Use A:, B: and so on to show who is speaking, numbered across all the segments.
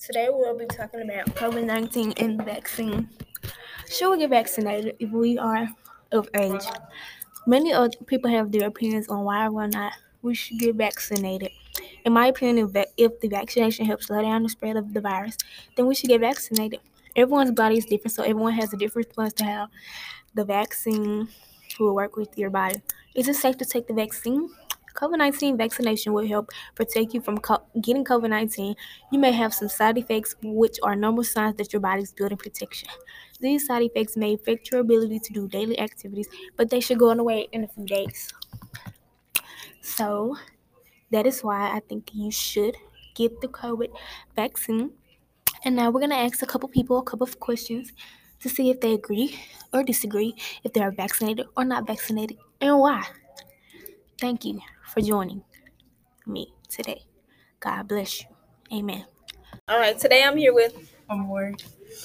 A: Today we'll be talking about COVID 19 and vaccine. Should we get vaccinated if we are of age? Many of people have their opinions on why or not we should get vaccinated. In my opinion, if vac- if the vaccination helps slow down the spread of the virus, then we should get vaccinated. Everyone's body is different, so everyone has a different response to how the vaccine will work with your body. Is it safe to take the vaccine? COVID 19 vaccination will help protect you from co- getting COVID 19. You may have some side effects, which are normal signs that your body is building protection. These side effects may affect your ability to do daily activities, but they should go away in a few days. So, that is why I think you should get the COVID vaccine. And now we're going to ask a couple people a couple of questions to see if they agree or disagree, if they are vaccinated or not vaccinated, and why. Thank you for joining me today. God bless you. Amen. All right, today I'm here with
B: I'm worried.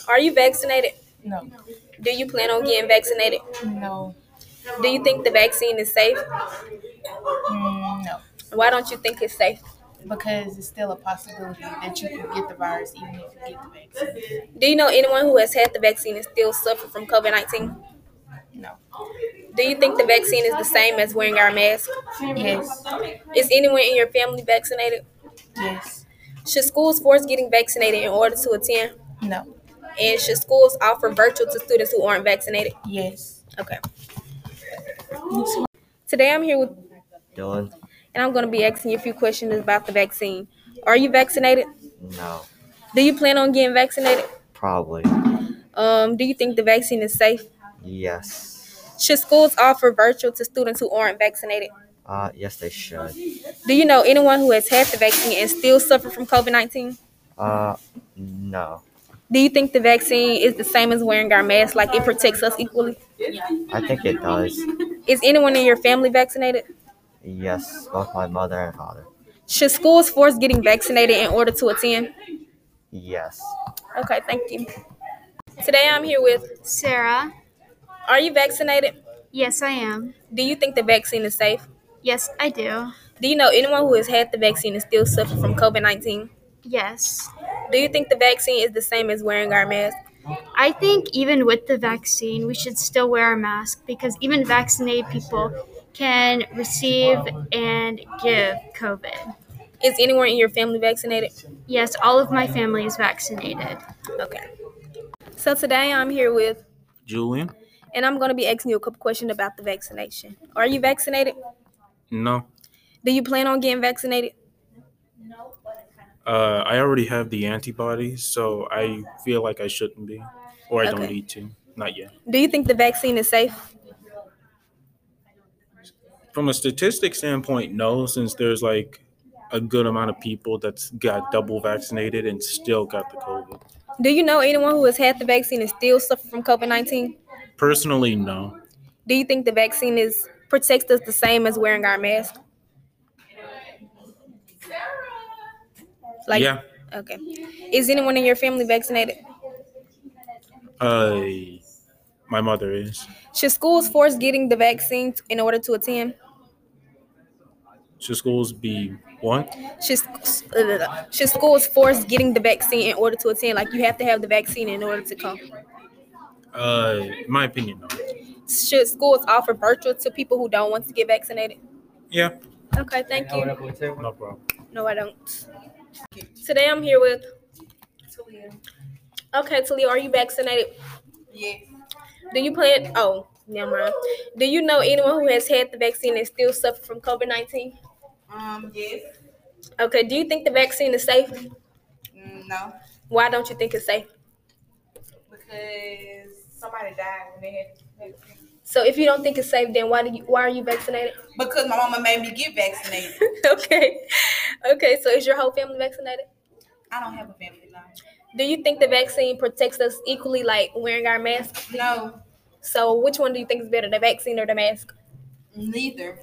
A: Are you vaccinated?
B: No,
A: Do you plan on getting vaccinated?
B: no,
A: Do you think the vaccine is safe?
B: mm, no,
A: Why don't you think it's safe?
B: because it's still a possibility that you can get the virus even if you get the vaccine.
A: Do you know anyone who has had the vaccine and still suffer from COVID 19?
B: No.
A: Do you think the vaccine is the same as wearing our mask?
B: Yes.
A: Is anyone in your family vaccinated?
B: Yes.
A: Should schools force getting vaccinated in order to attend?
B: No.
A: And should schools offer virtual to students who aren't vaccinated?
B: Yes.
A: Okay. Today I'm here with,
C: Dylan?
A: and I'm going to be asking you a few questions about the vaccine. Are you vaccinated?
C: No.
A: Do you plan on getting vaccinated?
C: Probably.
A: Um, do you think the vaccine is safe?
C: Yes.
A: Should schools offer virtual to students who aren't vaccinated?
C: Uh, yes, they should.
A: Do you know anyone who has had the vaccine and still suffer from COVID 19?
C: Uh, no.
A: Do you think the vaccine is the same as wearing our mask, like it protects us equally?
C: I think it does.
A: Is anyone in your family vaccinated?
C: Yes, both my mother and father.
A: Should schools force getting vaccinated in order to attend?
C: Yes.
A: Okay, thank you. Today I'm here with
D: Sarah,
A: Are you vaccinated?
D: yes, I am.
A: Do you think the vaccine is safe?
D: Yes, I do.
A: Do you know anyone who has had the vaccine and still suffer from COVID 19?
D: Yes.
A: Do you think the vaccine is the same as wearing our mask?
D: I think even with the vaccine, we should still wear a mask because even vaccinated people can receive and give COVID.
A: Is anyone in your family vaccinated?
D: Yes, all of my family is vaccinated.
A: Okay. So today I'm here with,
E: Julian?
A: and I'm going to be asking you a couple questions about the vaccination. Are you vaccinated?
E: No.
A: Do you plan on getting vaccinated?
E: Uh, I already have the antibodies, so I feel like I shouldn't be, or I don't
A: Okay.
E: need to. Not yet.
A: Do you think the vaccine is safe?
E: From a statistic standpoint, no, since there's like a good amount of people that's got double vaccinated and still got the COVID.
A: Do you know anyone who has had the vaccine and still suffer from COVID 19?
E: Personally, no.
A: Do you think the vaccine is protects us the same as wearing our mask? Like,
E: yeah.
A: Okay. Is anyone in your family vaccinated?
E: Uh, my mother is.
A: Should schools force getting the vaccine in order to attend?
E: Should schools be what?
A: Should, should schools force getting the vaccine in order to attend? Like, you have to have the vaccine in order to come.
E: Uh, in my opinion, no.
A: Should schools offer virtual to people who don't want to get vaccinated?
E: Yeah.
A: Okay, thank you.
E: No problem.
A: No, I don't. Today I'm here with. Okay, Talia, are you vaccinated?
B: Yes.
A: Do you plan? Oh, never mind. Do you know anyone who has had the vaccine and still suffer from COVID 19?
B: Um. Yes.
A: Okay, do you think the vaccine is safe?
B: Mm, No.
A: Why don't you think it's safe?
B: Because somebody died when they had the vaccine.
A: So if you don't think it's safe, then why do you, why are you vaccinated?
B: Because my mama made me get vaccinated.
A: okay, okay. So is your whole family vaccinated?
B: I don't have a family now.
A: Do you think the vaccine protects us equally, like wearing our mask?
B: No.
A: So which one do you think is better, the vaccine or the mask?
B: Neither.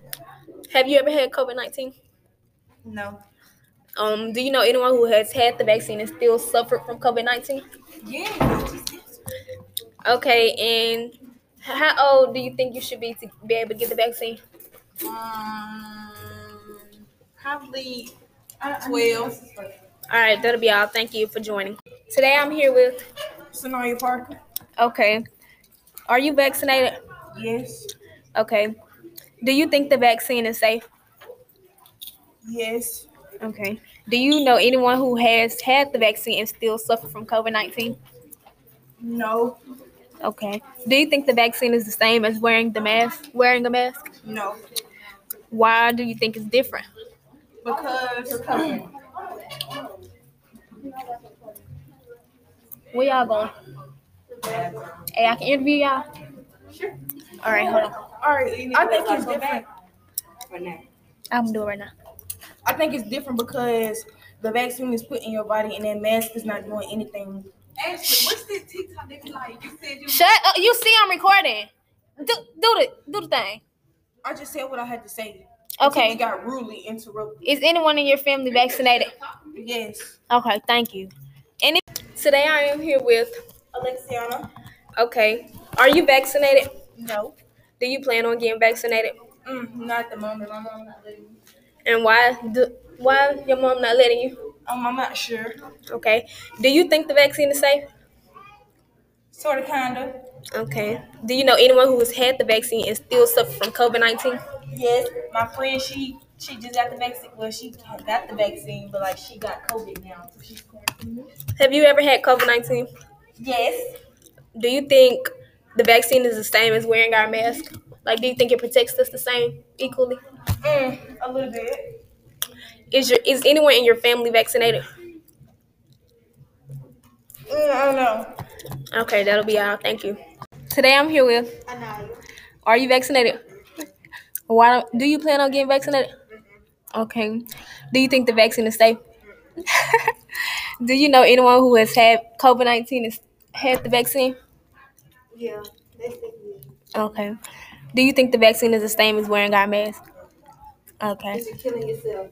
A: Have you ever had COVID nineteen?
B: No.
A: Um, do you know anyone who has had the vaccine and still suffered from COVID nineteen?
B: Yes.
A: Okay, and how old do you think you should be to be able to get the vaccine?
B: Um. Probably twelve.
A: All right, that'll be all. Thank you for joining. Today I'm here with.
B: Sonia Parker.
A: Okay. Are you vaccinated?
B: Yes.
A: Okay. Do you think the vaccine is safe?
B: Yes.
A: Okay. Do you know anyone who has had the vaccine and still suffer from COVID 19?
B: No.
A: Okay. Do you think the vaccine is the same as wearing the mask? Wearing a mask?
B: No.
A: Why do you think it's different?
B: Because
A: Where y'all going? Hey, I can interview y'all. Sure. All right, hold on.
B: All right. I think it's different.
A: I'm gonna do it right now.
B: I think it's different because the vaccine is put in your body and that mask is not doing anything.
F: Ashley, what's this TikTok they be like? You said you
A: Shut up. You see, I'm recording. Do do the do the thing.
B: I just said what I had to say. Until We
A: Okay.
B: got rudely interrupted.
A: Is anyone in your family vaccinated?
B: Yes.
A: Okay. Thank you. Any? Today I am here with.
B: Alexiana.
A: Okay. Are you vaccinated?
B: No.
A: Do you plan on getting vaccinated?
B: Mm, not at the moment. My mom not letting me.
A: And why? Do, why your mom not letting you?
B: Um, I'm not sure.
A: Okay. Do you think the vaccine is safe?
B: Sort of, kind of.
A: Okay. Do you know anyone who has had the vaccine and still suffer from COVID nineteen?
B: Yes, my friend, she she just got the vaccine. Well, she got the vaccine, but like she got COVID now, so she's quarantined.
A: Have you ever had COVID nineteen?
B: Yes,
A: Do you think the vaccine is the same as wearing our mask? Like, do you think it protects us the same equally?
B: mm, a little bit.
A: Is your is anyone in your family vaccinated?
B: Mm, I don't know.
A: Okay, that'll be all. Thank you. Today I'm here with. Are you vaccinated? Why don't, do you plan on getting vaccinated? Okay. Do you think the vaccine is safe? do you know anyone who has had COVID nineteen and s- had the vaccine?
F: Yeah,
A: Okay. Do you think the vaccine is the same as wearing our mask? Okay.
F: you're killing yourself.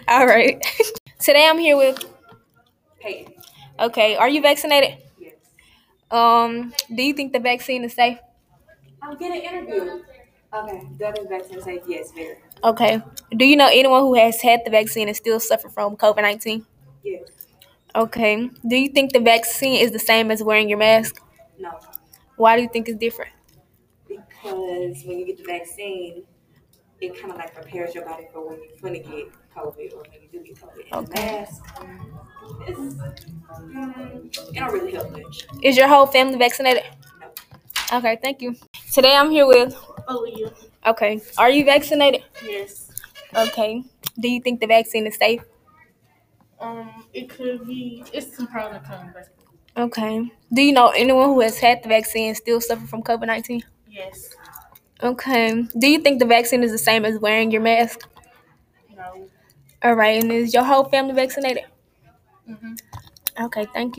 A: All right. Today I'm here with.
F: Hey,
A: Okay. Are you vaccinated?
F: yes.
A: Um. Do you think the vaccine is safe?
F: I'm getting interviewed. Okay, that is vaccine safe. Yes, very.
A: Okay. Do you know anyone who has had the vaccine and still suffer from COVID nineteen?
F: Yes.
A: Okay. Do you think the vaccine is the same as wearing your mask?
F: No,
A: Why do you think it's different?
F: because when you get the vaccine, it kind of like prepares your body for when you're going to get COVID or when you do get COVID. And the mask is, mm, it don't really help much.
A: Is your whole family vaccinated? Okay. Thank you. Today I'm here with.
B: Aaliyah.
A: Okay. Are you vaccinated?
B: Oh, Yes.
A: Okay. Do you think the vaccine is safe?
B: Um, it could be. It's some pros and cons. but
A: Okay. Do you know anyone who has had the vaccine and still suffer from COVID nineteen?
B: Yes.
A: Okay. Do you think the vaccine is the same as wearing your mask?
B: No.
A: All right. And is your whole family vaccinated?
B: Mhm.
A: Okay. Thank you.